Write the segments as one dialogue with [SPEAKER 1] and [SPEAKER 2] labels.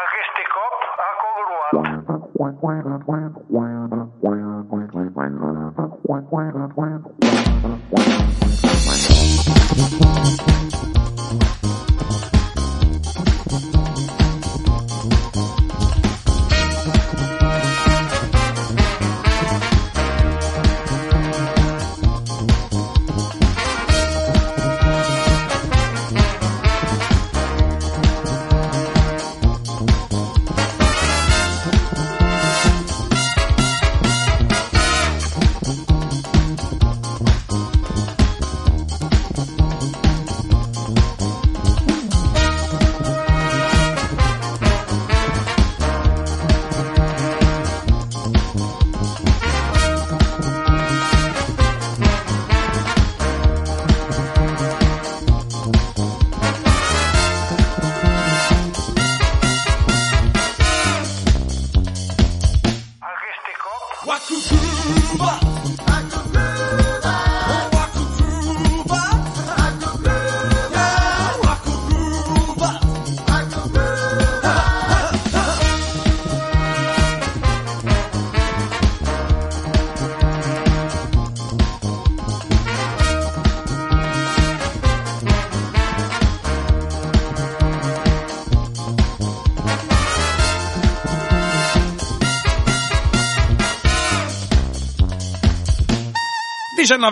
[SPEAKER 1] Agreste Cop a Courlois. Agreste Cop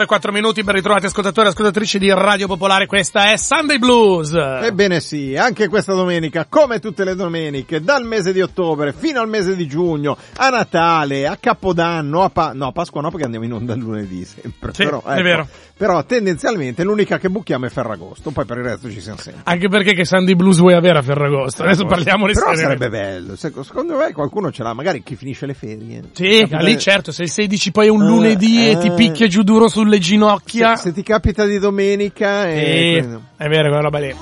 [SPEAKER 2] quattro minuti ben ritrovati ascoltatori e ascoltatrici di Radio Popolare, questa è Sunday Blues.
[SPEAKER 3] Ebbene sì, anche questa domenica, come tutte le domeniche, dal mese di ottobre fino al mese di giugno, a Natale, a Capodanno, a Pa- no, a Pasqua no perché andiamo in onda il lunedì sempre.
[SPEAKER 2] Sì,
[SPEAKER 3] però, ecco.
[SPEAKER 2] è vero.
[SPEAKER 3] Però tendenzialmente l'unica che buchiamo è Ferragosto, poi per il resto ci siamo sempre.
[SPEAKER 2] Anche perché che Sunday Blues vuoi avere a Ferragosto? Adesso parliamone
[SPEAKER 3] Però
[SPEAKER 2] seriamente.
[SPEAKER 3] sarebbe bello, sec- secondo me qualcuno ce l'ha, magari chi finisce le ferie.
[SPEAKER 2] Sì,
[SPEAKER 3] Capita-
[SPEAKER 2] lì certo, se il 16 poi è un lunedì
[SPEAKER 3] Eh,
[SPEAKER 2] e ti
[SPEAKER 3] eh.
[SPEAKER 2] picchia giù duro sulle ginocchia.
[SPEAKER 3] Se, se ti capita di domenica eh, e...
[SPEAKER 2] Sì, è vero, quella roba lì.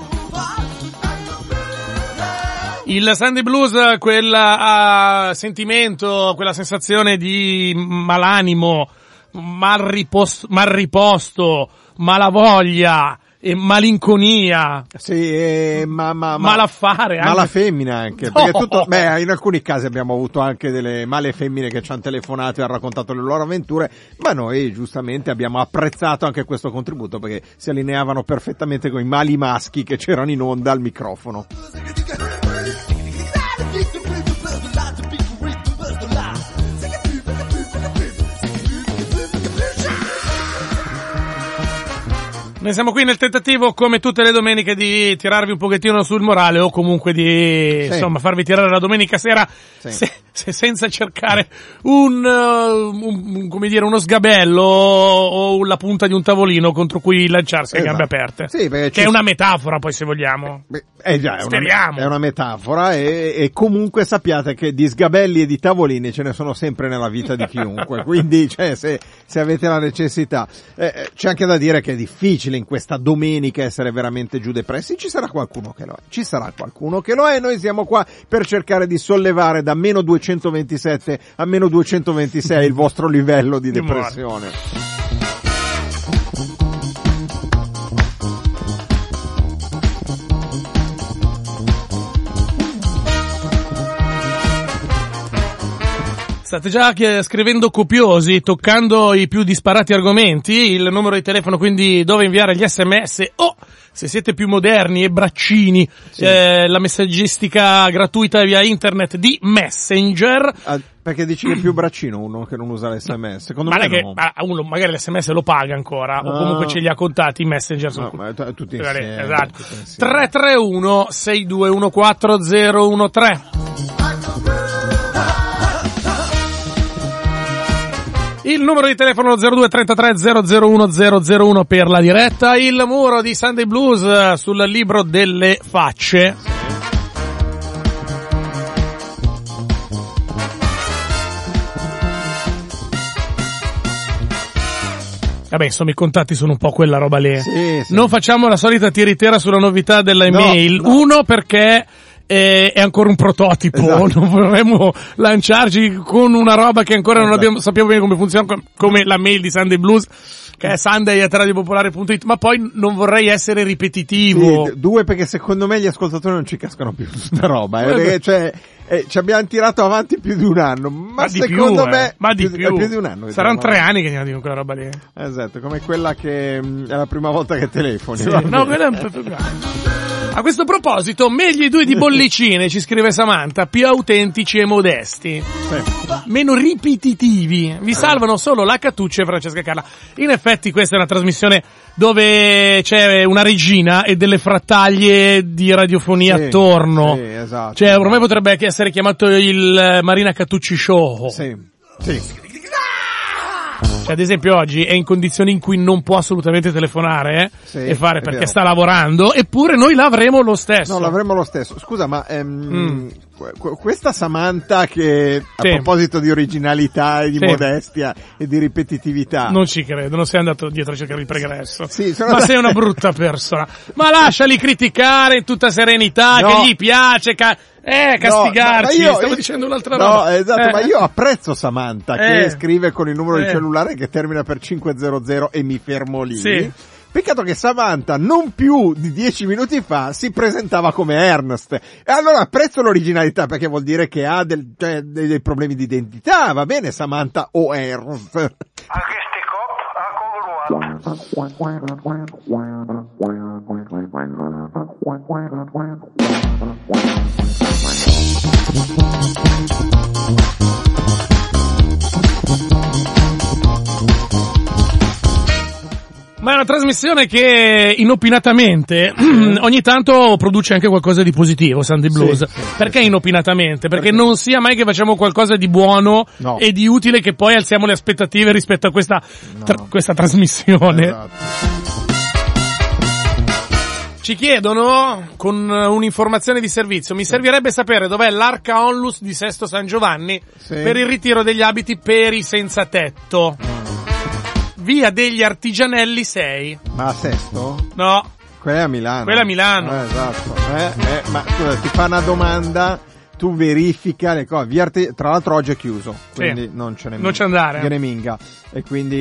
[SPEAKER 2] Il Sunday Blues, quel ah, sentimento, quella sensazione di malanimo, mal, ripos- mal riposto, malavoglia e malinconia,
[SPEAKER 3] Sì, eh, ma, ma, ma,
[SPEAKER 2] malaffare anche.
[SPEAKER 3] Ma la femmina anche,
[SPEAKER 2] No.
[SPEAKER 3] perché tutto, beh, in alcuni casi abbiamo avuto anche delle male femmine che ci hanno telefonato e hanno raccontato le loro avventure, ma noi giustamente abbiamo apprezzato anche questo contributo perché si allineavano perfettamente con i mali maschi che c'erano in onda al microfono.
[SPEAKER 2] Noi siamo qui nel tentativo, come tutte le domeniche, di tirarvi un pochettino sul morale o comunque di,
[SPEAKER 3] Sì.
[SPEAKER 2] insomma, farvi tirare la domenica sera
[SPEAKER 3] Sì.
[SPEAKER 2] se- se- senza cercare un, eh, un- un- come dire, uno sgabello o, o la punta di un tavolino contro cui lanciarsi a
[SPEAKER 3] Esatto.
[SPEAKER 2] gambe aperte.
[SPEAKER 3] Sì, perché
[SPEAKER 2] che
[SPEAKER 3] ci-
[SPEAKER 2] è una metafora, poi, se vogliamo.
[SPEAKER 3] Beh, eh già, è, una,
[SPEAKER 2] Speriamo.
[SPEAKER 3] è una metafora e, e comunque sappiate che di sgabelli e di tavolini ce ne sono sempre nella vita di chiunque, quindi cioè, se, se avete la necessità. Eh, eh, c'è anche da dire che è difficile in questa domenica essere veramente giù depressi, ci sarà qualcuno che lo è, ci sarà qualcuno che lo è e noi siamo qua per cercare di sollevare da meno 227 a meno 226 il vostro livello di
[SPEAKER 2] Di morte.
[SPEAKER 3] depressione.
[SPEAKER 2] State già che- scrivendo copiosi, toccando i più disparati argomenti, il numero di telefono quindi dove inviare gli sms o se siete più moderni e braccini, eh, la messaggistica gratuita via internet di Messenger.
[SPEAKER 3] Ah, perché dici che è più braccino uno che non usa l'SMS? Secondo
[SPEAKER 2] Ma
[SPEAKER 3] me
[SPEAKER 2] non è che
[SPEAKER 3] no.
[SPEAKER 2] ma uno magari l'SMS lo paga ancora, o
[SPEAKER 3] Ah.
[SPEAKER 2] comunque ce li ha contati i messenger su
[SPEAKER 3] No, ma t- tutti
[SPEAKER 2] Guarda,
[SPEAKER 3] insieme.
[SPEAKER 2] esatto.
[SPEAKER 3] tutti insieme.
[SPEAKER 2] 331 6214013 Il numero di telefono 0233 001 001 per la diretta, il muro di Sunday Blues eh, sul libro delle facce. Vabbè, insomma, i contatti sono un po' quella roba lì.
[SPEAKER 3] Sì, sì.
[SPEAKER 2] Non facciamo la solita tiritera sulla novità della
[SPEAKER 3] No,
[SPEAKER 2] email.
[SPEAKER 3] no.
[SPEAKER 2] Uno, perché eh, è ancora un prototipo.
[SPEAKER 3] Esatto.
[SPEAKER 2] Non vorremmo lanciarci con una roba che ancora non
[SPEAKER 3] Esatto.
[SPEAKER 2] abbiamo, sappiamo bene come funziona, com- come la mail di Sunday Blues. che è sunday.radiopopolare.it, ma poi non vorrei essere ripetitivo.
[SPEAKER 3] Sì, d- due perché secondo me gli ascoltatori non ci cascano più su sta roba, eh,
[SPEAKER 2] Eh, beh.
[SPEAKER 3] perché, cioè, eh, ci abbiamo tirato avanti più di un anno, ma,
[SPEAKER 2] di più,
[SPEAKER 3] secondo
[SPEAKER 2] eh.
[SPEAKER 3] me
[SPEAKER 2] ma di
[SPEAKER 3] eh,
[SPEAKER 2] più.
[SPEAKER 3] di un anno.
[SPEAKER 2] Saranno
[SPEAKER 3] diciamo.
[SPEAKER 2] tre anni che ne dicono quella roba lì.
[SPEAKER 3] Esatto, come quella che mm, è la prima volta che telefoni.
[SPEAKER 2] Sì,
[SPEAKER 3] va bene.
[SPEAKER 2] no, quello è un po' più grande. A questo proposito, meglio i due di bollicine, ci scrive Samantha, più autentici e modesti,
[SPEAKER 3] Sì.
[SPEAKER 2] meno ripetitivi.
[SPEAKER 3] Eh.
[SPEAKER 2] Vi salvano solo la Catuccia e Francesca Carla. In effetti questa è una trasmissione dove c'è una regina e delle frattaglie di radiofonia
[SPEAKER 3] Sì,
[SPEAKER 2] attorno.
[SPEAKER 3] sì, esatto.
[SPEAKER 2] Cioè, ormai potrebbe anche essere chiamato il eh, Marina Catucci Show.
[SPEAKER 3] Sì. Sì.
[SPEAKER 2] Cioè, ad esempio, oggi è in condizioni in cui non può assolutamente telefonare eh,
[SPEAKER 3] Sì,
[SPEAKER 2] e fare
[SPEAKER 3] è
[SPEAKER 2] perché
[SPEAKER 3] vero.
[SPEAKER 2] sta lavorando, eppure noi l'avremo lo stesso.
[SPEAKER 3] No, l'avremmo lo stesso. Scusa, ma ehm, que- que- questa Samantha che a
[SPEAKER 2] Mm. Sì.
[SPEAKER 3] proposito di originalità e di
[SPEAKER 2] Sì.
[SPEAKER 3] modestia e di ripetitività.
[SPEAKER 2] Non ci credo, non sei andato dietro a cercare il pregresso.
[SPEAKER 3] Sì, sono
[SPEAKER 2] Ma
[SPEAKER 3] andato-
[SPEAKER 2] sei una brutta persona. Ma lasciali criticare in tutta serenità,
[SPEAKER 3] No.
[SPEAKER 2] che gli piace, ca- eh, castigarci.
[SPEAKER 3] No, ma io-
[SPEAKER 2] Stavo
[SPEAKER 3] io-
[SPEAKER 2] dicendo un'altra
[SPEAKER 3] no,
[SPEAKER 2] roba.
[SPEAKER 3] esatto,
[SPEAKER 2] Eh.
[SPEAKER 3] ma io apprezzo Samantha che
[SPEAKER 2] Eh.
[SPEAKER 3] scrive con il numero di
[SPEAKER 2] Eh.
[SPEAKER 3] cellulare che termina per 500 e mi fermo lì.
[SPEAKER 2] Sì.
[SPEAKER 3] Peccato che Samantha non più di dieci minuti fa si presentava come Ernest. E allora apprezzo l'originalità perché vuol dire che ha del- cioè, dei, dei problemi di identità, va bene Samantha o Ernst.
[SPEAKER 1] A queste cop a congruat.
[SPEAKER 2] Ma è una trasmissione che inopinatamente ogni tanto produce anche qualcosa di positivo, Sandy Blues.
[SPEAKER 3] sì,
[SPEAKER 2] perché inopinatamente? Perché,
[SPEAKER 3] Perché-
[SPEAKER 2] non sia mai che facciamo qualcosa di buono
[SPEAKER 3] No.
[SPEAKER 2] e di utile che poi alziamo le aspettative rispetto a questa, tra- questa trasmissione.
[SPEAKER 3] Esatto.
[SPEAKER 2] Ci chiedono con eh, un'informazione di servizio, mi servirebbe sapere dov'è l'arca onlus di Sesto San Giovanni
[SPEAKER 3] Sì.
[SPEAKER 2] per il ritiro degli abiti per i senza tetto. Via degli Artigianelli 6.
[SPEAKER 3] Ma a sesto?
[SPEAKER 2] No,
[SPEAKER 3] Quella è a Milano.
[SPEAKER 2] Quella è a Milano.
[SPEAKER 3] Eh, esatto. Eh, eh, ma scusa, ti fa una domanda, tu verifica le cose. Via Arte- tra l'altro oggi è chiuso, quindi non ce ne
[SPEAKER 2] Non c'è andare.
[SPEAKER 3] Gliene minga. E quindi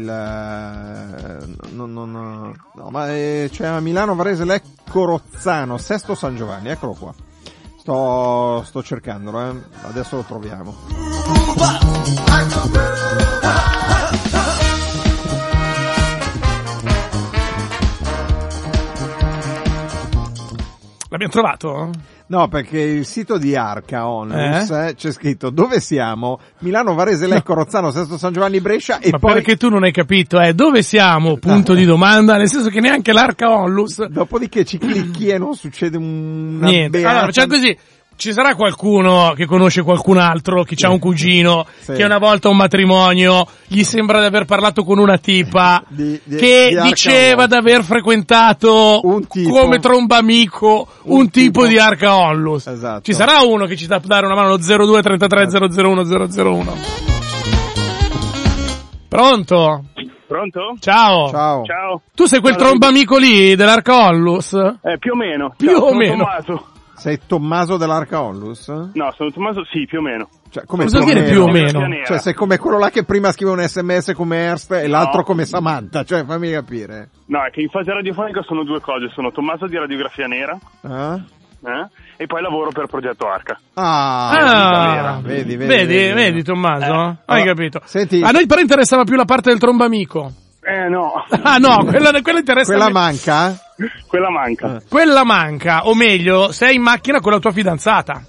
[SPEAKER 3] il... eh, No, no, no, no, ma eh, c'è a Milano Varese Lecco Rozzano, Sesto San Giovanni, eccolo qua. Sto, sto cercandolo, eh. adesso lo troviamo.
[SPEAKER 2] l'abbiamo trovato?
[SPEAKER 3] No, perché il sito di Arca Onlus eh, c'è scritto dove siamo? Milano, Varese, Lecco, Rozzano, Sesto San Giovanni, Brescia e
[SPEAKER 2] Ma
[SPEAKER 3] poi
[SPEAKER 2] perché tu non hai capito, eh? Dove siamo? Punto di domanda, nel senso che neanche l'arca onlus
[SPEAKER 3] dopodiché ci clicchi e non succede un
[SPEAKER 2] Niente. Allora, facciamo così. Ci sarà qualcuno che conosce qualcun altro, che ha un cugino,
[SPEAKER 3] Sì.
[SPEAKER 2] che una volta a un matrimonio gli sembra di aver parlato con una tipa,
[SPEAKER 3] Di- di-
[SPEAKER 2] che
[SPEAKER 3] di Arca
[SPEAKER 2] diceva
[SPEAKER 3] Onlus.
[SPEAKER 2] di aver frequentato
[SPEAKER 3] Un tipo.
[SPEAKER 2] come tromba amico un,
[SPEAKER 3] Un
[SPEAKER 2] tipo,
[SPEAKER 3] tipo.
[SPEAKER 2] di Arca Onlus.
[SPEAKER 3] Esatto.
[SPEAKER 2] Ci sarà uno che ci dà dare una mano allo 02 33 001 001. Pronto?
[SPEAKER 4] Pronto?
[SPEAKER 2] Ciao.
[SPEAKER 3] Ciao.
[SPEAKER 4] Ciao.
[SPEAKER 2] Tu sei quel
[SPEAKER 4] Ciao,
[SPEAKER 2] tromba amico lì dell'Arca Onlus?
[SPEAKER 4] Eh, più o meno.
[SPEAKER 2] Più
[SPEAKER 4] Ciao,
[SPEAKER 2] o
[SPEAKER 4] sono
[SPEAKER 2] meno.
[SPEAKER 4] Tommaso.
[SPEAKER 3] Sei Tommaso dell'Arca Onlus?
[SPEAKER 4] No, sono Tommaso, sì, più o meno.
[SPEAKER 3] Cioè, come
[SPEAKER 2] Cosa
[SPEAKER 3] Tommaso?
[SPEAKER 2] vuol dire più o meno?
[SPEAKER 4] Pianera.
[SPEAKER 3] Cioè, sei come quello là che prima scrive un sms come Ernst e l'altro
[SPEAKER 4] No.
[SPEAKER 3] come Samantha, cioè fammi capire.
[SPEAKER 4] No, è che in fase radiofonica sono due cose. Sono Tommaso di Radiografia Nera
[SPEAKER 3] Eh?
[SPEAKER 4] eh, e poi lavoro per Progetto Arca.
[SPEAKER 3] Ah,
[SPEAKER 2] Ah,
[SPEAKER 3] vedi, vedi,
[SPEAKER 2] vedi, vedi, Tommaso? Hai
[SPEAKER 3] Ah,
[SPEAKER 2] capito?
[SPEAKER 3] senti-
[SPEAKER 2] A noi però interessava più la parte del trombamico.
[SPEAKER 4] Eh, no.
[SPEAKER 2] Ah no, quella, quella interessa.
[SPEAKER 3] Mm.
[SPEAKER 2] me-
[SPEAKER 3] Quella manca?
[SPEAKER 4] Quella manca.
[SPEAKER 3] Ah.
[SPEAKER 2] quella manca, o meglio, sei in macchina con la tua fidanzata.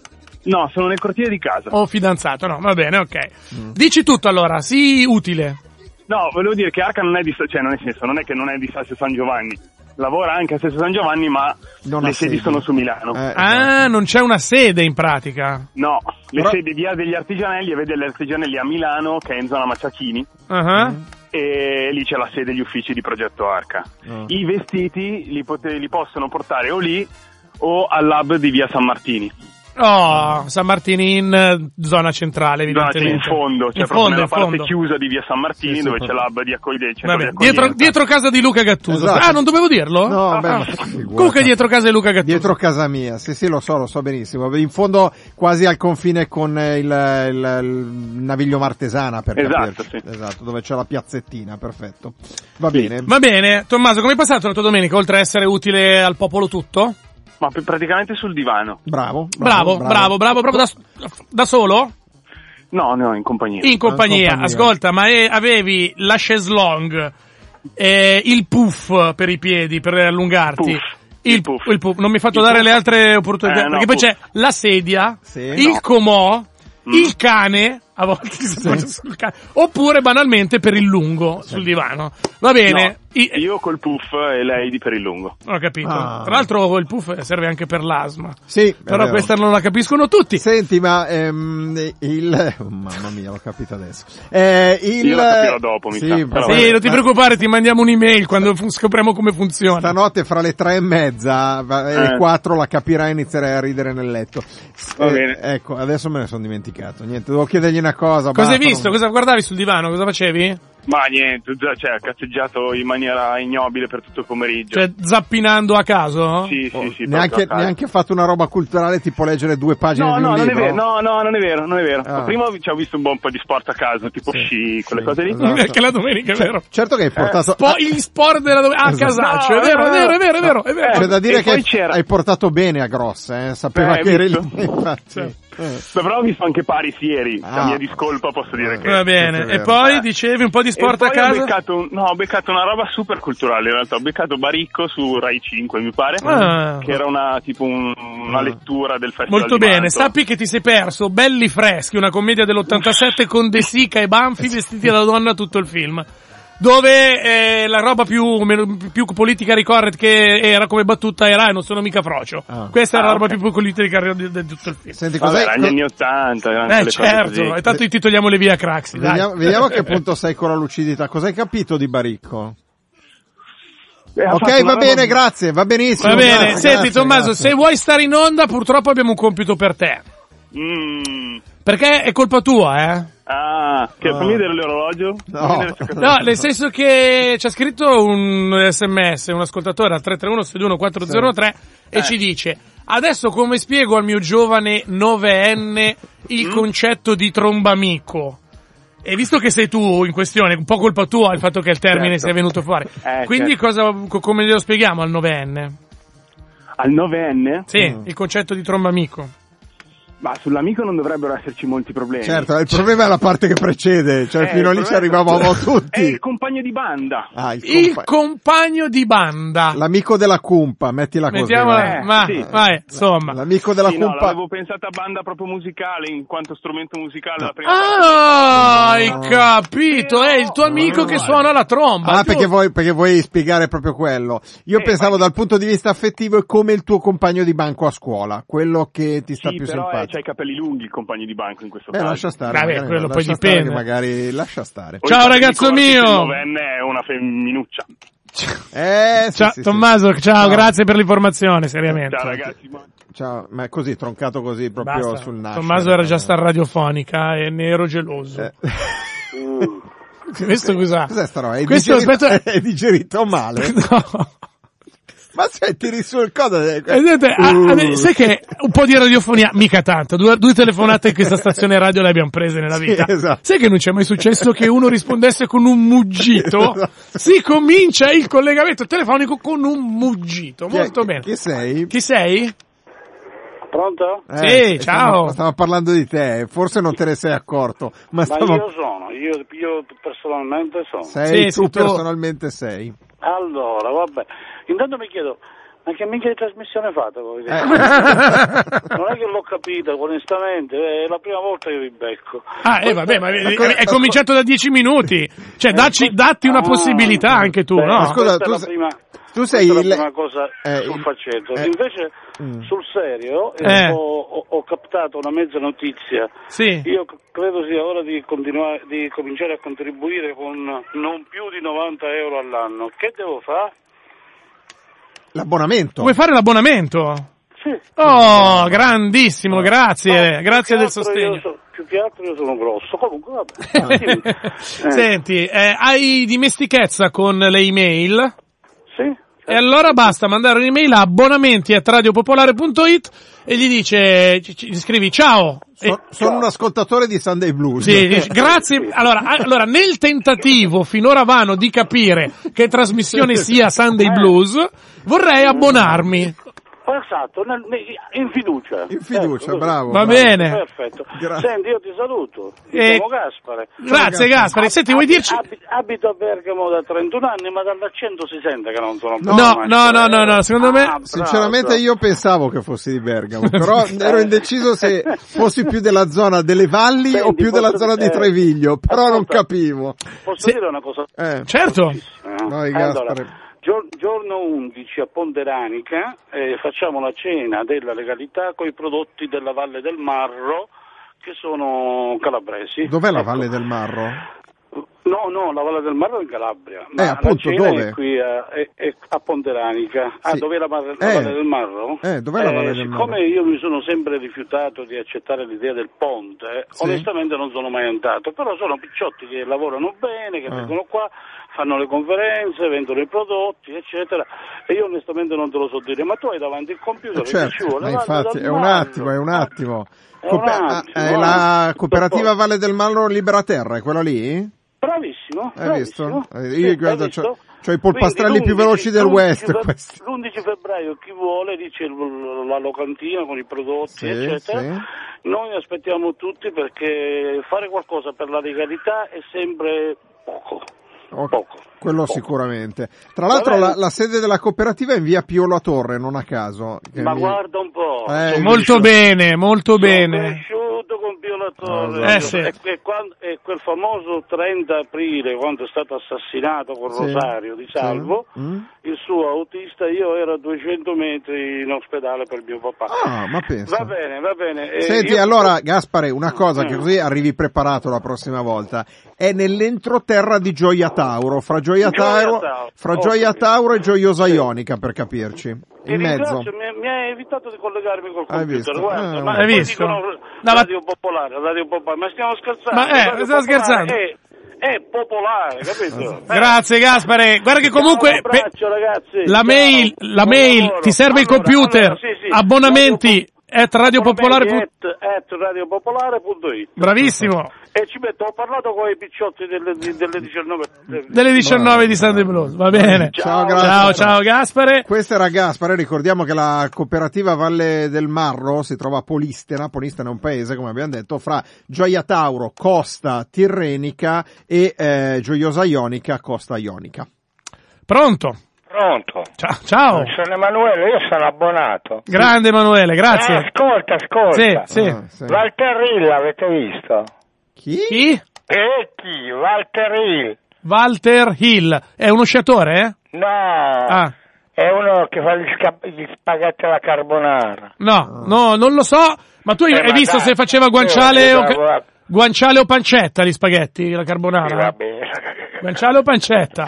[SPEAKER 4] No, sono nel cortile di casa.
[SPEAKER 2] O fidanzato, no, va bene, ok.
[SPEAKER 3] Mm.
[SPEAKER 2] Dici tutto allora, sì, utile.
[SPEAKER 4] No, volevo dire che Arca non è di... Cioè, nel senso, non è che non è di Sasso San Giovanni. Lavora anche a Sasso San Giovanni, ma
[SPEAKER 3] Non ha
[SPEAKER 4] le sedi
[SPEAKER 3] sede.
[SPEAKER 4] sono su Milano.
[SPEAKER 3] Eh,
[SPEAKER 2] Ah, non c'è una sede in pratica.
[SPEAKER 4] No, le
[SPEAKER 3] Però-
[SPEAKER 4] sedi di A degli Artigianelli e vede gli Artigianelli a Milano, che è in zona Maciachini.
[SPEAKER 2] Ah,
[SPEAKER 3] Mm.
[SPEAKER 4] e lì c'è la sede degli uffici di Progetto Arca.
[SPEAKER 2] Mm.
[SPEAKER 3] Ah.
[SPEAKER 4] I vestiti li, pote- li possono portare o lì o al lab di via San Martini.
[SPEAKER 2] Oh, San Martinin, eh, zona centrale,
[SPEAKER 4] Donati
[SPEAKER 2] evidentemente.
[SPEAKER 4] in fondo, cioè
[SPEAKER 2] In
[SPEAKER 4] proprio
[SPEAKER 2] fondo,
[SPEAKER 4] nella
[SPEAKER 2] in
[SPEAKER 4] parte
[SPEAKER 2] fondo.
[SPEAKER 4] chiusa di via San Martini
[SPEAKER 3] Sì, sì,
[SPEAKER 4] dove
[SPEAKER 3] sì.
[SPEAKER 4] c'è l'hub di accoglienza.
[SPEAKER 2] Vabbè, dietro, dietro casa di Luca Gattuso.
[SPEAKER 3] Esatto.
[SPEAKER 2] Ah, non dovevo dirlo?
[SPEAKER 3] No, beh,
[SPEAKER 2] Ah.
[SPEAKER 3] ma figurati.
[SPEAKER 2] Comunque dietro casa di Luca Gattuso.
[SPEAKER 3] Dietro casa mia, sì sì lo so, lo so benissimo, in fondo quasi al confine con eh, il, il- il Naviglio Martesana per
[SPEAKER 4] Esatto,
[SPEAKER 3] capirci.
[SPEAKER 4] sì.
[SPEAKER 3] esatto, dove c'è la piazzettina, perfetto, va bene,
[SPEAKER 2] Va bene, Tommaso, come è passato la tua domenica, oltre a essere utile al popolo tutto?
[SPEAKER 4] Ma pr- praticamente sul divano.
[SPEAKER 3] bravo,
[SPEAKER 2] Bravo, bravo, bravo, proprio da, da solo?
[SPEAKER 4] No, no, in compagnia.
[SPEAKER 2] In compagnia.
[SPEAKER 3] In compagnia.
[SPEAKER 2] Ascolta, ma eh, avevi la chaise longue, eh, il puff per i piedi, per allungarti.
[SPEAKER 4] Puff.
[SPEAKER 2] Il,
[SPEAKER 4] Il puff.
[SPEAKER 2] il puff. Non mi hai fatto
[SPEAKER 4] Il
[SPEAKER 2] dare
[SPEAKER 4] puff.
[SPEAKER 2] le altre opportunità,
[SPEAKER 4] Eh, no,
[SPEAKER 2] perché poi
[SPEAKER 4] puff.
[SPEAKER 2] c'è la sedia,
[SPEAKER 3] Sì.
[SPEAKER 2] il
[SPEAKER 3] No.
[SPEAKER 2] comò,
[SPEAKER 4] Mm.
[SPEAKER 2] il cane, a volte si appoggia sul cane, oppure banalmente per il lungo, sul divano. Va bene.
[SPEAKER 4] No,
[SPEAKER 2] I- eh,
[SPEAKER 4] io col puff e lei di per il lungo.
[SPEAKER 2] Ho capito.
[SPEAKER 3] Ah.
[SPEAKER 2] Tra l'altro il puff serve anche per l'asma.
[SPEAKER 3] Sì, è
[SPEAKER 2] Però
[SPEAKER 3] vero.
[SPEAKER 2] questa non la capiscono tutti.
[SPEAKER 3] Senti, ma ehm, il... oh, mamma mia, l'ho capito adesso. Eh, il...
[SPEAKER 4] Io la capirò dopo, mi
[SPEAKER 3] Sì,
[SPEAKER 4] sa,
[SPEAKER 3] vabbè, eh.
[SPEAKER 4] però-
[SPEAKER 2] Sì, non ti
[SPEAKER 3] ma-
[SPEAKER 2] preoccupare, ti mandiamo un'email quando fu- scopriamo come funziona.
[SPEAKER 3] Stanotte fra le tre e mezza va- e le
[SPEAKER 4] Eh.
[SPEAKER 3] quattro la capirai e inizierai a ridere nel letto. S-
[SPEAKER 4] Va
[SPEAKER 3] eh,
[SPEAKER 4] bene.
[SPEAKER 3] Ecco, adesso me ne sono dimenticato. Niente, dovevo chiedergli una cosa.
[SPEAKER 2] Cosa hai
[SPEAKER 3] basta,
[SPEAKER 2] visto?
[SPEAKER 3] non-
[SPEAKER 2] Cosa guardavi sul divano? Cosa facevi?
[SPEAKER 4] Ma niente, già, cioè, ha cazzeggiato in maniera ignobile per tutto il pomeriggio.
[SPEAKER 2] Cioè, zappinando a caso?
[SPEAKER 4] sì, sì, sì,
[SPEAKER 3] Oh, neanche,
[SPEAKER 4] proprio a caso.
[SPEAKER 3] neanche fatto una roba culturale tipo leggere due pagine
[SPEAKER 4] No,
[SPEAKER 3] di un
[SPEAKER 4] no, non è
[SPEAKER 3] libro.
[SPEAKER 4] vero, no, no, non è vero, non è vero.
[SPEAKER 3] Ah.
[SPEAKER 4] Prima ci ho visto un buon po' di sport a caso, tipo
[SPEAKER 3] Sì,
[SPEAKER 4] sci, quelle
[SPEAKER 3] sì,
[SPEAKER 4] cose lì.
[SPEAKER 3] esatto.
[SPEAKER 2] Perché la domenica è vero.
[SPEAKER 3] Certo
[SPEAKER 4] Eh,
[SPEAKER 3] che hai portato...
[SPEAKER 2] Spo- gli sport della domenica. Ah,
[SPEAKER 3] Esatto.
[SPEAKER 2] casaccio. È
[SPEAKER 4] No,
[SPEAKER 2] vero,
[SPEAKER 4] no,
[SPEAKER 2] è vero, è vero, è vero.
[SPEAKER 4] no.
[SPEAKER 2] È vero.
[SPEAKER 4] Eh,
[SPEAKER 3] ah, C'è da dire
[SPEAKER 4] e poi
[SPEAKER 3] che
[SPEAKER 4] c'era-
[SPEAKER 3] hai portato bene a grosse, eh? sapeva
[SPEAKER 4] Eh, hai
[SPEAKER 3] che eri
[SPEAKER 4] visto?
[SPEAKER 3] lì, infatti. Eh.
[SPEAKER 4] Beh, però ho visto anche Paris ieri,
[SPEAKER 3] Ah.
[SPEAKER 4] la mia discolpa posso dire che...
[SPEAKER 2] Va
[SPEAKER 3] Questo
[SPEAKER 2] bene.
[SPEAKER 3] è
[SPEAKER 2] E
[SPEAKER 3] vero.
[SPEAKER 2] poi dicevi un po' di sport
[SPEAKER 4] e
[SPEAKER 2] a
[SPEAKER 4] poi Ho
[SPEAKER 2] casa?
[SPEAKER 4] beccato, un- no, ho beccato una roba super culturale in realtà. Ho beccato Baricco su Rai 5, mi pare.
[SPEAKER 2] Ah.
[SPEAKER 4] Che era una, tipo un- una
[SPEAKER 3] Ah.
[SPEAKER 4] lettura del festival.
[SPEAKER 2] Molto
[SPEAKER 4] di
[SPEAKER 2] bene,
[SPEAKER 4] Mantova.
[SPEAKER 2] sappi che ti sei perso Belli Freschi, una commedia dell'87 con De Sica e
[SPEAKER 4] Eh
[SPEAKER 2] Banfi vestiti da donna tutto il film. Dove eh, la roba più, meno- più politica ricorrent che era come battuta era e non sono mica frocio.
[SPEAKER 3] Ah.
[SPEAKER 2] Questa era
[SPEAKER 4] Ah,
[SPEAKER 2] la roba
[SPEAKER 4] ok.
[SPEAKER 2] più politica di, di tutto il film.
[SPEAKER 3] Senti,
[SPEAKER 4] Vabbè,
[SPEAKER 3] cos'hai...
[SPEAKER 4] era negli anni 80, erano
[SPEAKER 2] eh
[SPEAKER 4] quelle cose
[SPEAKER 2] certo,
[SPEAKER 4] così.
[SPEAKER 2] e tanto ti togliamo le via a Craxi, dai.
[SPEAKER 3] Vediamo, vediamo a che punto sei con la lucidità. Cosa hai capito di Baricco?
[SPEAKER 4] Eh, ha fatto
[SPEAKER 3] Ok,
[SPEAKER 4] una
[SPEAKER 3] va
[SPEAKER 4] roba-
[SPEAKER 3] bene, grazie, va benissimo.
[SPEAKER 2] Va bene,
[SPEAKER 3] grazie,
[SPEAKER 2] senti
[SPEAKER 3] grazie,
[SPEAKER 2] Tommaso,
[SPEAKER 3] grazie.
[SPEAKER 2] se vuoi stare in onda purtroppo abbiamo un compito per te.
[SPEAKER 4] Mm.
[SPEAKER 2] Perché è colpa tua, eh?
[SPEAKER 4] Ah, che
[SPEAKER 3] Ah.
[SPEAKER 4] fammi vedere l'orologio?
[SPEAKER 3] No.
[SPEAKER 4] Fammi vedere se cosa-
[SPEAKER 2] No, nel senso che ci ha scritto un sms, un ascoltatore al 331-621-403 e
[SPEAKER 4] Eh.
[SPEAKER 2] ci dice Adesso come spiego al mio giovane novenne il
[SPEAKER 4] Mm.
[SPEAKER 2] concetto di trombamico? E visto che sei tu in questione, un po' colpa tua il fatto che il termine
[SPEAKER 4] Certo.
[SPEAKER 2] sia venuto fuori.
[SPEAKER 4] Eh,
[SPEAKER 2] Quindi
[SPEAKER 4] certo.
[SPEAKER 2] cosa, co- come glielo spieghiamo al novenne?
[SPEAKER 4] Al 9enne?
[SPEAKER 2] Sì,
[SPEAKER 3] Mm.
[SPEAKER 2] il concetto di trombamico.
[SPEAKER 4] Ma sull'amico non dovrebbero esserci molti problemi.
[SPEAKER 3] Certo, il problema è la parte che precede, cioè
[SPEAKER 4] cioè Eh,
[SPEAKER 3] fino
[SPEAKER 4] il
[SPEAKER 3] lì ci
[SPEAKER 4] problema-
[SPEAKER 3] arrivavamo
[SPEAKER 4] È il
[SPEAKER 3] tutti.
[SPEAKER 4] compagno di banda.
[SPEAKER 3] Ah, il
[SPEAKER 2] Il
[SPEAKER 3] compa-
[SPEAKER 2] compagno di banda.
[SPEAKER 3] L'amico della cumpa, mettila così.
[SPEAKER 2] Mettiamola,
[SPEAKER 4] eh,
[SPEAKER 3] vai.
[SPEAKER 2] ma,
[SPEAKER 4] sì.
[SPEAKER 2] vai, insomma.
[SPEAKER 3] L'amico della
[SPEAKER 4] sì, no,
[SPEAKER 3] cumpa.
[SPEAKER 4] l'avevo pensata banda proprio musicale, in quanto strumento musicale la prima volta.
[SPEAKER 2] Ah,
[SPEAKER 3] No.
[SPEAKER 2] hai capito, è il tuo amico
[SPEAKER 4] No.
[SPEAKER 2] che suona la tromba.
[SPEAKER 3] Ah,
[SPEAKER 2] giusto?
[SPEAKER 3] perché vuoi, perché vuoi spiegare proprio quello. Io
[SPEAKER 4] Eh,
[SPEAKER 3] pensavo
[SPEAKER 4] ma-
[SPEAKER 3] dal punto di vista affettivo è come il tuo compagno di banco a scuola, quello che ti sta
[SPEAKER 4] sì,
[SPEAKER 3] più
[SPEAKER 4] però eh, ah,
[SPEAKER 3] simpatico.
[SPEAKER 4] c'ha i capelli lunghi il compagno di banco in questo
[SPEAKER 3] Beh,
[SPEAKER 4] caso.
[SPEAKER 3] lascia stare.
[SPEAKER 2] Vabbè,
[SPEAKER 3] magari,
[SPEAKER 2] quello
[SPEAKER 3] lascia
[SPEAKER 2] poi
[SPEAKER 3] stare
[SPEAKER 2] dipende.
[SPEAKER 3] che Magari lascia stare.
[SPEAKER 4] Poi
[SPEAKER 2] Ciao,
[SPEAKER 4] tanti
[SPEAKER 2] ragazzo
[SPEAKER 4] ricordi
[SPEAKER 2] mio!
[SPEAKER 4] che Il novenne è una femminuccia.
[SPEAKER 3] Eh, sì,
[SPEAKER 2] Ciao,
[SPEAKER 3] sì, sì.
[SPEAKER 2] Tommaso, ciao, grazie per l'informazione, seriamente.
[SPEAKER 4] Ciao ragazzi. ma-
[SPEAKER 3] Ciao, ma è così, troncato così proprio
[SPEAKER 2] Basta.
[SPEAKER 3] sul naso.
[SPEAKER 2] Tommaso era già star radiofonica e ne ero geloso.
[SPEAKER 3] Eh.
[SPEAKER 4] Mm.
[SPEAKER 2] Questo cos'ha?
[SPEAKER 3] Cos'è sta roba? È
[SPEAKER 2] Ah. Questo
[SPEAKER 3] digerito,
[SPEAKER 2] aspetta...
[SPEAKER 3] è digerito male?
[SPEAKER 2] No.
[SPEAKER 3] Ma cioè, tiri su il codo. eh,
[SPEAKER 2] Eh, niente, ah,
[SPEAKER 3] Uh.
[SPEAKER 2] ah, sai che un po' di radiofonia, mica tanto, due, due telefonate in questa stazione radio le abbiamo prese nella
[SPEAKER 3] Sì,
[SPEAKER 2] vita.
[SPEAKER 3] esatto.
[SPEAKER 2] Sai che non c'è mai successo che uno rispondesse con un muggito?
[SPEAKER 3] Esatto.
[SPEAKER 2] Si comincia il collegamento telefonico con un muggito,
[SPEAKER 3] Chi è-
[SPEAKER 2] molto bene.
[SPEAKER 3] Chi sei?
[SPEAKER 2] Chi sei?
[SPEAKER 5] Pronto?
[SPEAKER 3] Eh,
[SPEAKER 2] Sì, ciao.
[SPEAKER 3] Stavo, stavo parlando di te, forse non te ne sei accorto, ma
[SPEAKER 5] Ma
[SPEAKER 3] stavo...
[SPEAKER 5] io sono, io, io personalmente sono.
[SPEAKER 3] Sei
[SPEAKER 2] Sì,
[SPEAKER 3] tu
[SPEAKER 2] sì, tu-
[SPEAKER 3] personalmente sei.
[SPEAKER 5] Allora, vabbè. Intanto mi chiedo, ma che minchia di trasmissione fate voi?
[SPEAKER 3] Eh.
[SPEAKER 2] Eh.
[SPEAKER 5] Non è che l'ho capito, onestamente, è la prima volta che vi becco.
[SPEAKER 2] Ah, eh, vabbè, ma è,
[SPEAKER 3] cosa-
[SPEAKER 2] è cominciato da dieci minuti.
[SPEAKER 3] Eh,
[SPEAKER 2] Cioè, dacci, datti una
[SPEAKER 5] Ah,
[SPEAKER 2] possibilità anche tu,
[SPEAKER 5] beh,
[SPEAKER 3] Ma
[SPEAKER 2] no?
[SPEAKER 3] scusa,
[SPEAKER 5] questa è
[SPEAKER 3] tu
[SPEAKER 5] la
[SPEAKER 3] sei-
[SPEAKER 5] prima,
[SPEAKER 3] tu sei
[SPEAKER 5] questa è
[SPEAKER 3] il-
[SPEAKER 5] la prima cosa
[SPEAKER 3] eh,
[SPEAKER 5] sul
[SPEAKER 3] il-
[SPEAKER 5] faceto.
[SPEAKER 3] eh,
[SPEAKER 5] Invece,
[SPEAKER 3] mm.
[SPEAKER 5] sul serio,
[SPEAKER 2] Eh.
[SPEAKER 5] ho, ho- ho captato una mezza notizia.
[SPEAKER 2] Sì.
[SPEAKER 5] Io c- credo sia ora di, continuare, di cominciare a contribuire con non più di 90 euro all'anno. Che devo fare?
[SPEAKER 3] L'abbonamento.
[SPEAKER 2] Vuoi fare l'abbonamento?
[SPEAKER 5] Sì,
[SPEAKER 2] Oh, grandissimo,
[SPEAKER 3] Ah,
[SPEAKER 2] grazie,
[SPEAKER 5] No,
[SPEAKER 2] grazie del
[SPEAKER 5] più che altro io
[SPEAKER 2] sostegno.
[SPEAKER 5] so- più che altro io sono grosso, comunque vabbè. Dimmi. Eh,
[SPEAKER 2] Senti, eh, hai dimestichezza con le email?
[SPEAKER 5] Sì?
[SPEAKER 2] E allora basta mandare un'email a abbonamenti at radiopopolare.it e gli dice, ci- ci- scrivi ciao. E-
[SPEAKER 3] So- sono un ascoltatore di Sunday Blues.
[SPEAKER 2] eh, sì, dici, grazie. Allora, a- allora, nel tentativo finora vano di capire che trasmissione sia
[SPEAKER 5] Eh.
[SPEAKER 2] Sunday Blues,
[SPEAKER 5] Mm.
[SPEAKER 2] vorrei abbonarmi.
[SPEAKER 5] Esatto, nel- ne- in fiducia.
[SPEAKER 3] In fiducia,
[SPEAKER 5] Ecco, così.
[SPEAKER 3] bravo.
[SPEAKER 2] Va
[SPEAKER 3] bravo.
[SPEAKER 2] bene.
[SPEAKER 5] Perfetto.
[SPEAKER 3] Grazie.
[SPEAKER 5] Senti, io ti saluto. Mi
[SPEAKER 2] Eh,
[SPEAKER 5] chiamo Gaspare.
[SPEAKER 2] Grazie Gaspare. Senti, vuoi
[SPEAKER 5] Abi-
[SPEAKER 2] dirci?
[SPEAKER 5] abi- abito a Bergamo da 31 anni, ma dall'accento si sente che non sono
[SPEAKER 3] No,
[SPEAKER 5] bergamasco,
[SPEAKER 2] no, no,
[SPEAKER 5] eh.
[SPEAKER 2] no, no, secondo me-
[SPEAKER 5] bravo,
[SPEAKER 3] Sinceramente
[SPEAKER 5] bravo.
[SPEAKER 3] io pensavo che fossi di Bergamo, però ero indeciso se fossi più della zona delle valli
[SPEAKER 5] Senti,
[SPEAKER 3] o più della
[SPEAKER 5] posso-
[SPEAKER 3] zona di
[SPEAKER 5] eh,
[SPEAKER 3] Treviglio, però non
[SPEAKER 5] ascolta.
[SPEAKER 3] capivo.
[SPEAKER 5] Posso
[SPEAKER 2] se-
[SPEAKER 5] dire una cosa?
[SPEAKER 3] Eh,
[SPEAKER 2] Certo.
[SPEAKER 5] Eh,
[SPEAKER 3] Vai,
[SPEAKER 5] allora,
[SPEAKER 3] Gaspare.
[SPEAKER 5] gior- giorno 11 a Ponderanica eh, facciamo la cena della legalità con i prodotti della Valle del Marro che sono calabresi.
[SPEAKER 3] dov'è la
[SPEAKER 5] Ecco.
[SPEAKER 3] Valle del Marro?
[SPEAKER 5] No, no, la Valle del Marro è in Calabria. Ma
[SPEAKER 3] Eh, appunto,
[SPEAKER 5] la cena
[SPEAKER 3] dove?
[SPEAKER 5] È qui a, è- è a Ponderanica. Ah,
[SPEAKER 3] Sì.
[SPEAKER 5] dov'è la, Mar- la
[SPEAKER 3] Eh.
[SPEAKER 5] Valle del Marro?
[SPEAKER 3] Eh, dov'è la Valle del Marro?
[SPEAKER 5] Siccome io mi sono sempre rifiutato di accettare l'idea del ponte, eh,
[SPEAKER 3] Sì.
[SPEAKER 5] onestamente non sono mai andato, però sono picciotti che lavorano bene, che
[SPEAKER 3] Ah.
[SPEAKER 5] vengono qua, fanno le conferenze, vendono i prodotti, eccetera. E io onestamente non te lo so dire, ma tu hai davanti il computer
[SPEAKER 3] Eh,
[SPEAKER 5] che ci
[SPEAKER 3] certo, ma
[SPEAKER 5] vuole. Valle
[SPEAKER 3] infatti
[SPEAKER 5] del
[SPEAKER 3] è un
[SPEAKER 5] Marro.
[SPEAKER 3] attimo, è un attimo.
[SPEAKER 5] È
[SPEAKER 3] Cope-
[SPEAKER 5] un attimo,
[SPEAKER 3] ah, è
[SPEAKER 5] eh.
[SPEAKER 3] la
[SPEAKER 5] Tutto
[SPEAKER 3] cooperativa
[SPEAKER 5] posto.
[SPEAKER 3] Valle del Marro Libera Terra, è quella lì?
[SPEAKER 5] Bravissimo,
[SPEAKER 3] Hai
[SPEAKER 5] bravissimo.
[SPEAKER 3] visto? Eh, io guarda, c'ho- c'ho i polpastrelli
[SPEAKER 5] Quindi
[SPEAKER 3] più veloci del West, questi.
[SPEAKER 5] L'11 febbraio chi vuole dice il- la locantina con i prodotti,
[SPEAKER 3] Sì,
[SPEAKER 5] eccetera. Noi aspettiamo tutti perché fare qualcosa per la legalità è sempre poco.
[SPEAKER 3] Ok,
[SPEAKER 5] Poco.
[SPEAKER 3] Quello
[SPEAKER 5] Poco.
[SPEAKER 3] sicuramente. Tra l'altro
[SPEAKER 5] bene.
[SPEAKER 3] la, la sede della cooperativa è in via Pio La Torre, non a caso. che
[SPEAKER 5] Ma
[SPEAKER 3] mi-
[SPEAKER 5] guarda un po'.
[SPEAKER 3] Eh,
[SPEAKER 5] sono
[SPEAKER 2] Molto bene, molto
[SPEAKER 5] Sono
[SPEAKER 2] bene.
[SPEAKER 5] cresciuto con
[SPEAKER 3] Ah,
[SPEAKER 5] Violatore
[SPEAKER 3] esatto.
[SPEAKER 2] Eh, sì.
[SPEAKER 5] e, e quando- e quel famoso 30 aprile quando è stato assassinato con
[SPEAKER 3] Sì.
[SPEAKER 5] Rosario di
[SPEAKER 3] Sì.
[SPEAKER 5] Salvo
[SPEAKER 3] Mm.
[SPEAKER 5] il suo autista io ero a 200 metri in ospedale per mio papà
[SPEAKER 3] Ah, ma pensa.
[SPEAKER 5] va bene va bene eh,
[SPEAKER 3] Senti,
[SPEAKER 5] io-
[SPEAKER 3] allora Gaspare, una cosa che
[SPEAKER 5] Mm.
[SPEAKER 3] così arrivi preparato la prossima volta. È nell'entroterra di Gioia Tauro, fra Gioia,
[SPEAKER 5] Gioia
[SPEAKER 3] Tauro,
[SPEAKER 5] Tauro.
[SPEAKER 3] fra
[SPEAKER 5] Ho
[SPEAKER 3] Gioia
[SPEAKER 5] capito.
[SPEAKER 3] Tauro e Gioiosa
[SPEAKER 5] Sì.
[SPEAKER 3] Ionica, per capirci.
[SPEAKER 5] ti
[SPEAKER 3] In mezzo.
[SPEAKER 5] ringrazio, mi, mi hai evitato di collegarmi col
[SPEAKER 3] Hai
[SPEAKER 5] computer
[SPEAKER 3] visto?
[SPEAKER 5] guarda,
[SPEAKER 3] Eh,
[SPEAKER 5] ma
[SPEAKER 2] hai
[SPEAKER 5] poi
[SPEAKER 2] visto?
[SPEAKER 5] dicono
[SPEAKER 2] No, ma-
[SPEAKER 5] radio popolare radio popolare ma stiamo scherzando
[SPEAKER 2] Ma, eh,
[SPEAKER 5] Radio
[SPEAKER 2] stiamo
[SPEAKER 5] Popolare
[SPEAKER 2] scherzando.
[SPEAKER 5] è, è popolare capito Eh.
[SPEAKER 2] Grazie Gaspare. Guarda che comunque
[SPEAKER 5] Ciao, un abbraccio, ragazzi.
[SPEAKER 2] la
[SPEAKER 5] Ciao,
[SPEAKER 2] mail, la
[SPEAKER 5] buon
[SPEAKER 2] mail,
[SPEAKER 5] lavoro.
[SPEAKER 2] ti serve il
[SPEAKER 5] Allora,
[SPEAKER 2] computer.
[SPEAKER 5] allora, sì, sì.
[SPEAKER 2] Abbonamenti at radiopopolare.
[SPEAKER 5] abbonamenti at- at radiopopolare.it.
[SPEAKER 2] Bravissimo.
[SPEAKER 5] E ci metto, ho parlato con i picciotti delle, di- delle 19.
[SPEAKER 2] Delle 19 di Sunday Blues, va bene. ciao,
[SPEAKER 3] Ciao, Gaspare.
[SPEAKER 2] ciao Gaspare.
[SPEAKER 3] Questa era Gaspare, ricordiamo che la cooperativa Valle del Marro si trova a Polistena, Polistena è un paese, come abbiamo detto, fra Gioia Tauro, Costa Tirrenica e eh, Gioiosa Ionica, Costa Ionica.
[SPEAKER 2] Pronto.
[SPEAKER 6] Pronto,
[SPEAKER 2] Ciao, ciao.
[SPEAKER 6] sono Emanuele, io sono abbonato.
[SPEAKER 2] Grande Emanuele,
[SPEAKER 6] Eh,
[SPEAKER 2] grazie.
[SPEAKER 6] ascolta, ascolta.
[SPEAKER 2] Sì, sì.
[SPEAKER 3] Ah,
[SPEAKER 6] Walter Hill avete visto?
[SPEAKER 3] Chi?
[SPEAKER 2] Chi?
[SPEAKER 6] E chi? Walter Hill?
[SPEAKER 2] Walter Hill. È uno sciatore, eh?
[SPEAKER 6] No,
[SPEAKER 2] Ah.
[SPEAKER 6] è uno che fa gli, sca- gli spaghetti alla carbonara.
[SPEAKER 2] No, no, non lo so. Ma tu hai-
[SPEAKER 6] Eh,
[SPEAKER 2] hai
[SPEAKER 6] ma
[SPEAKER 2] visto
[SPEAKER 6] dai.
[SPEAKER 2] se faceva guanciale
[SPEAKER 6] Eh,
[SPEAKER 2] o,
[SPEAKER 6] guarda, guarda.
[SPEAKER 2] guanciale o pancetta gli spaghetti, la
[SPEAKER 6] Sì,
[SPEAKER 2] carbonara?
[SPEAKER 6] va bene.
[SPEAKER 2] Guanciale o pancetta?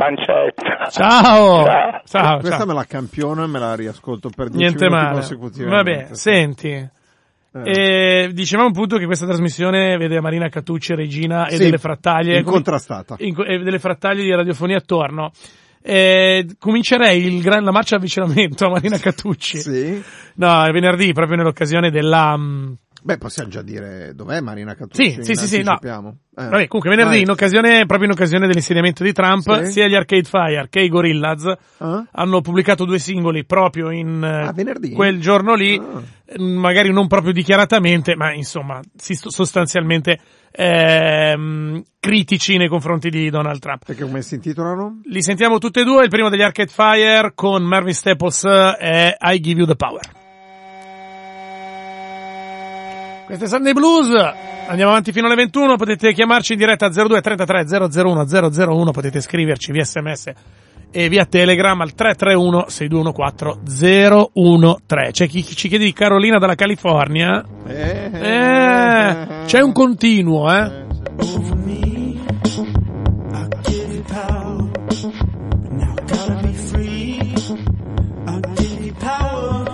[SPEAKER 6] Pancetta.
[SPEAKER 2] Ciao!
[SPEAKER 6] Ciao.
[SPEAKER 2] Ciao,
[SPEAKER 3] Ah, Questa
[SPEAKER 2] Ah, ciao.
[SPEAKER 3] me la campiona e me la riascolto per 10
[SPEAKER 2] Niente
[SPEAKER 3] minuti
[SPEAKER 2] male.
[SPEAKER 3] consecutivamente.
[SPEAKER 2] Vabbè, senti.
[SPEAKER 3] Eh.
[SPEAKER 2] Eh, dicevamo appunto che questa trasmissione vede Marina Catucci, Regina e
[SPEAKER 3] Sì,
[SPEAKER 2] delle frattaglie.
[SPEAKER 3] incontrastata.
[SPEAKER 2] in- e delle frattaglie di radiofonia attorno. Eh, comincerei il gran- la marcia avvicinamento a Marina Catucci.
[SPEAKER 3] Sì.
[SPEAKER 2] No, è venerdì, proprio nell'occasione della. mm,
[SPEAKER 3] Beh, possiamo già dire dov'è Marina Catucci.
[SPEAKER 2] Sì, sì, sì, sì, no.
[SPEAKER 3] anticipiamo. Eh.
[SPEAKER 2] Vabbè, comunque venerdì,
[SPEAKER 3] Vai.
[SPEAKER 2] in occasione, proprio in occasione dell'insediamento di Trump,
[SPEAKER 3] Sì.
[SPEAKER 2] sia gli Arcade Fire che i Gorillaz
[SPEAKER 3] Ah?
[SPEAKER 2] hanno pubblicato due singoli proprio in eh,
[SPEAKER 3] Ah, venerdì?
[SPEAKER 2] quel giorno lì,
[SPEAKER 3] Ah.
[SPEAKER 2] eh, magari non proprio dichiaratamente, ma insomma, si sto- sostanzialmente ehm, critici nei confronti di Donald Trump.
[SPEAKER 3] Perché come si intitolano?
[SPEAKER 2] Li sentiamo tutti e due, il primo degli Arcade Fire con Marvin Staples eh, è I Give You The Power. Questo è Sunday Blues, andiamo avanti fino alle 21, potete chiamarci in diretta a 0233 001 001, potete scriverci via sms e via telegram al 331 6214 013. C'è chi chi ci chiede di Carolina dalla California?
[SPEAKER 3] Eh,
[SPEAKER 2] Eh, c'è un continuo, eh?
[SPEAKER 7] over me. I give you power. Now gotta be free. I give you power.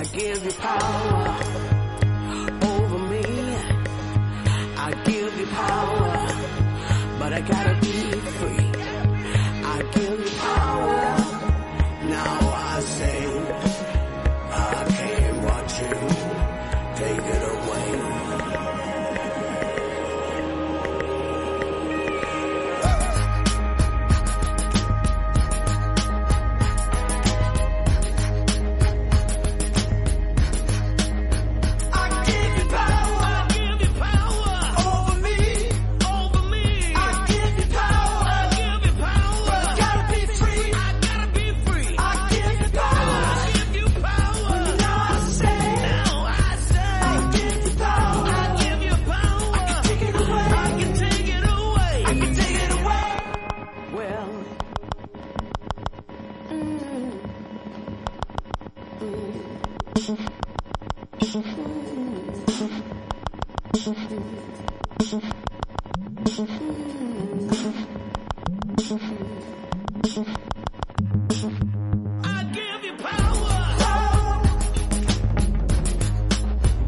[SPEAKER 7] power over me. I give you power, but I gotta be free. I give you power. Now I say, I can't watch you take it away. I give you power, I give you power over me, over me. I give you power, I give you power. Gotta be free, I gotta be free. I give you power, I give you power. Now I say, now I say, I give you power, I give you power. I can take it away, I can take it away, I can take it away. Well. I give you power.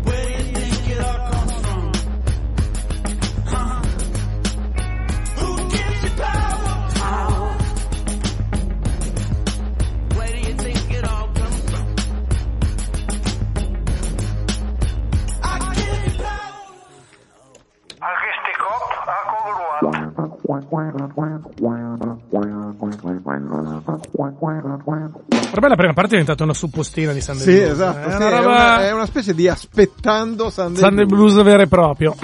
[SPEAKER 7] Where do you think it all comes from? Huh? Who gives you power? Power. Where do you think it all comes from? I give you power.
[SPEAKER 1] Archiste Cop a Cogruat.
[SPEAKER 2] Per me la prima parte è diventata una suppostina di Sunday
[SPEAKER 3] Sì,
[SPEAKER 2] Blues.
[SPEAKER 3] esatto,
[SPEAKER 2] È
[SPEAKER 3] sì,
[SPEAKER 2] una
[SPEAKER 3] è,
[SPEAKER 2] roba
[SPEAKER 3] una, è una specie di aspettando Sunday,
[SPEAKER 2] Sunday
[SPEAKER 3] Blues.
[SPEAKER 2] Blues vero e proprio.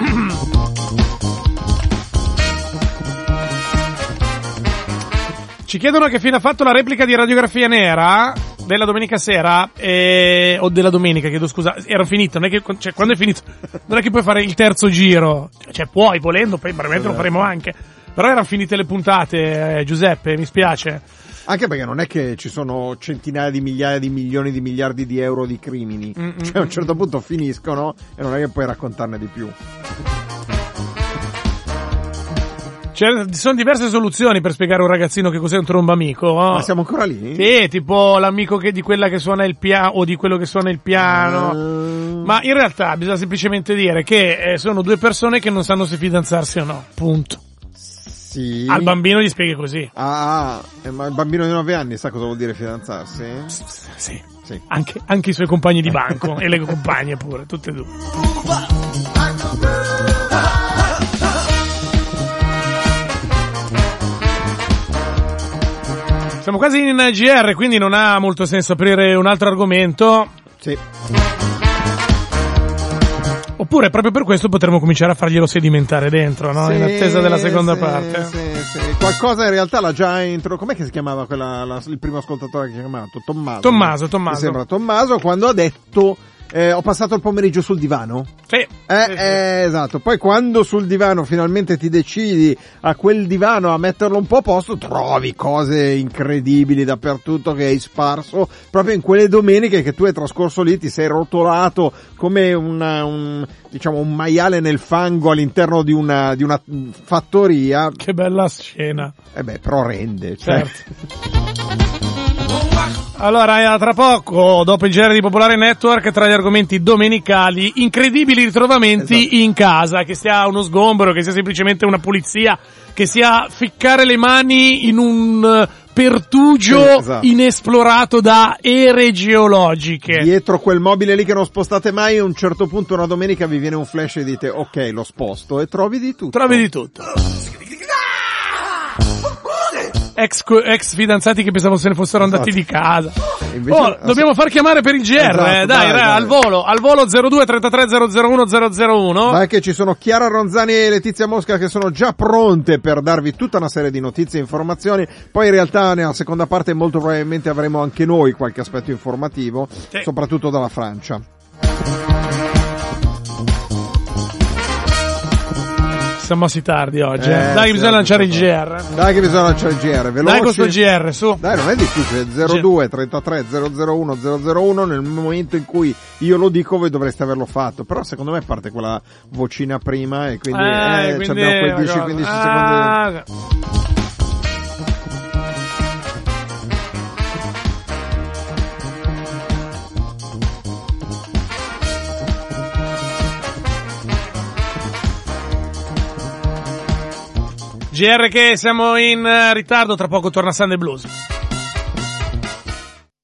[SPEAKER 2] Ci chiedono che fine ha fatto la replica di Radiografia Nera della domenica sera, eh, o della domenica, chiedo scusa, era finito, non è che, cioè, quando è finito, non è che puoi fare il terzo giro, cioè puoi volendo, poi probabilmente
[SPEAKER 3] Certo.
[SPEAKER 2] lo faremo anche, però erano finite le puntate, eh, Giuseppe, mi spiace.
[SPEAKER 3] Anche perché non è che ci sono centinaia di migliaia di milioni di miliardi di euro di crimini.
[SPEAKER 2] Mm, mm,
[SPEAKER 3] Cioè a un certo punto finiscono e non è che puoi raccontarne di più.
[SPEAKER 2] Cioè, ci sono diverse soluzioni per spiegare a un ragazzino che cos'è un trombamico. oh. no?
[SPEAKER 3] Ma siamo ancora lì?
[SPEAKER 2] Sì, tipo l'amico che, di quella che suona il piano o di quello che suona il piano.
[SPEAKER 3] Ah.
[SPEAKER 2] Ma in realtà bisogna semplicemente dire che eh, sono due persone che non sanno se fidanzarsi o no. Punto.
[SPEAKER 3] Sì.
[SPEAKER 2] Al bambino gli spieghi così.
[SPEAKER 3] Ah, ah, eh, ma il bambino di 9 anni sa cosa vuol dire fidanzarsi?
[SPEAKER 2] Sì.
[SPEAKER 3] Sì.
[SPEAKER 2] Anche, anche i suoi compagni di banco e le compagne pure, tutte e due. Siamo quasi in GR, quindi non ha molto senso aprire un altro argomento.
[SPEAKER 3] Sì.
[SPEAKER 2] Oppure proprio per questo potremmo cominciare a farglielo sedimentare dentro, no? In
[SPEAKER 3] Sì,
[SPEAKER 2] attesa della seconda
[SPEAKER 3] sì,
[SPEAKER 2] parte.
[SPEAKER 3] sì, sì. Qualcosa in realtà l'ha già intro. Com'è che si chiamava quella, la- il primo ascoltatore che ha chiamato? Tommaso.
[SPEAKER 2] Tommaso,
[SPEAKER 3] Mi
[SPEAKER 2] Tommaso.
[SPEAKER 3] sembra Tommaso quando ha detto eh, ho passato il pomeriggio sul divano.
[SPEAKER 2] Sì,
[SPEAKER 3] Eh,
[SPEAKER 2] sì, sì.
[SPEAKER 3] eh, esatto. Poi quando sul divano finalmente ti decidi a quel divano a metterlo un po' a posto, trovi cose incredibili dappertutto che hai sparso. Proprio in quelle domeniche che tu hai trascorso lì, ti sei rotolato come una- un, diciamo, un maiale nel fango all'interno di una, di una mh, fattoria.
[SPEAKER 2] Che bella scena.
[SPEAKER 3] Eh beh, però rende. Cioè.
[SPEAKER 2] Certo. Allora, eh, tra poco, dopo il genere di Popolare Network, tra gli argomenti domenicali, incredibili ritrovamenti
[SPEAKER 3] Esatto.
[SPEAKER 2] in casa, che sia uno sgombero, che sia semplicemente una pulizia, che sia ficcare le mani in un eh, pertugio
[SPEAKER 3] Sì, esatto.
[SPEAKER 2] inesplorato da ere geologiche.
[SPEAKER 3] Dietro quel mobile lì che non spostate mai, a un certo punto una domenica vi viene un flash e dite ok, lo sposto e trovi di tutto.
[SPEAKER 2] Trovi di tutto. Ex, co- ex fidanzati che pensavo se ne fossero andati
[SPEAKER 3] Esatto.
[SPEAKER 2] di casa.
[SPEAKER 3] invece-
[SPEAKER 2] oh, dobbiamo far chiamare per il GR,
[SPEAKER 3] Esatto,
[SPEAKER 2] eh, dai,
[SPEAKER 3] dai,
[SPEAKER 2] ra,
[SPEAKER 3] dai.
[SPEAKER 2] al volo, al volo 02 33 001 001.
[SPEAKER 3] Dai che ci sono Chiara Ronzani e Letizia Mosca che sono già pronte per darvi tutta una serie di notizie e informazioni. Poi in realtà nella seconda parte molto probabilmente avremo anche noi qualche aspetto informativo,
[SPEAKER 2] Sì.
[SPEAKER 3] soprattutto dalla Francia.
[SPEAKER 2] Siamo mossi tardi oggi. eh.
[SPEAKER 3] Eh,
[SPEAKER 2] dai,
[SPEAKER 3] sì,
[SPEAKER 2] bisogna
[SPEAKER 3] oggi
[SPEAKER 2] lanciare il
[SPEAKER 3] sono-
[SPEAKER 2] GR.
[SPEAKER 3] Dai che bisogna lanciare il GR, veloci.
[SPEAKER 2] Dai con sto GR, su.
[SPEAKER 3] Dai, non è difficile, 02 33 001 001 nel momento in cui io lo dico voi dovreste averlo fatto, però secondo me parte quella vocina prima e quindi,
[SPEAKER 2] Eh,
[SPEAKER 3] eh, ci
[SPEAKER 2] quindi
[SPEAKER 3] abbiamo quei
[SPEAKER 2] una cosa.
[SPEAKER 3] 10-15 secondi.
[SPEAKER 2] Ah, GR che siamo in eh, ritardo, tra poco torna Sunday Blues.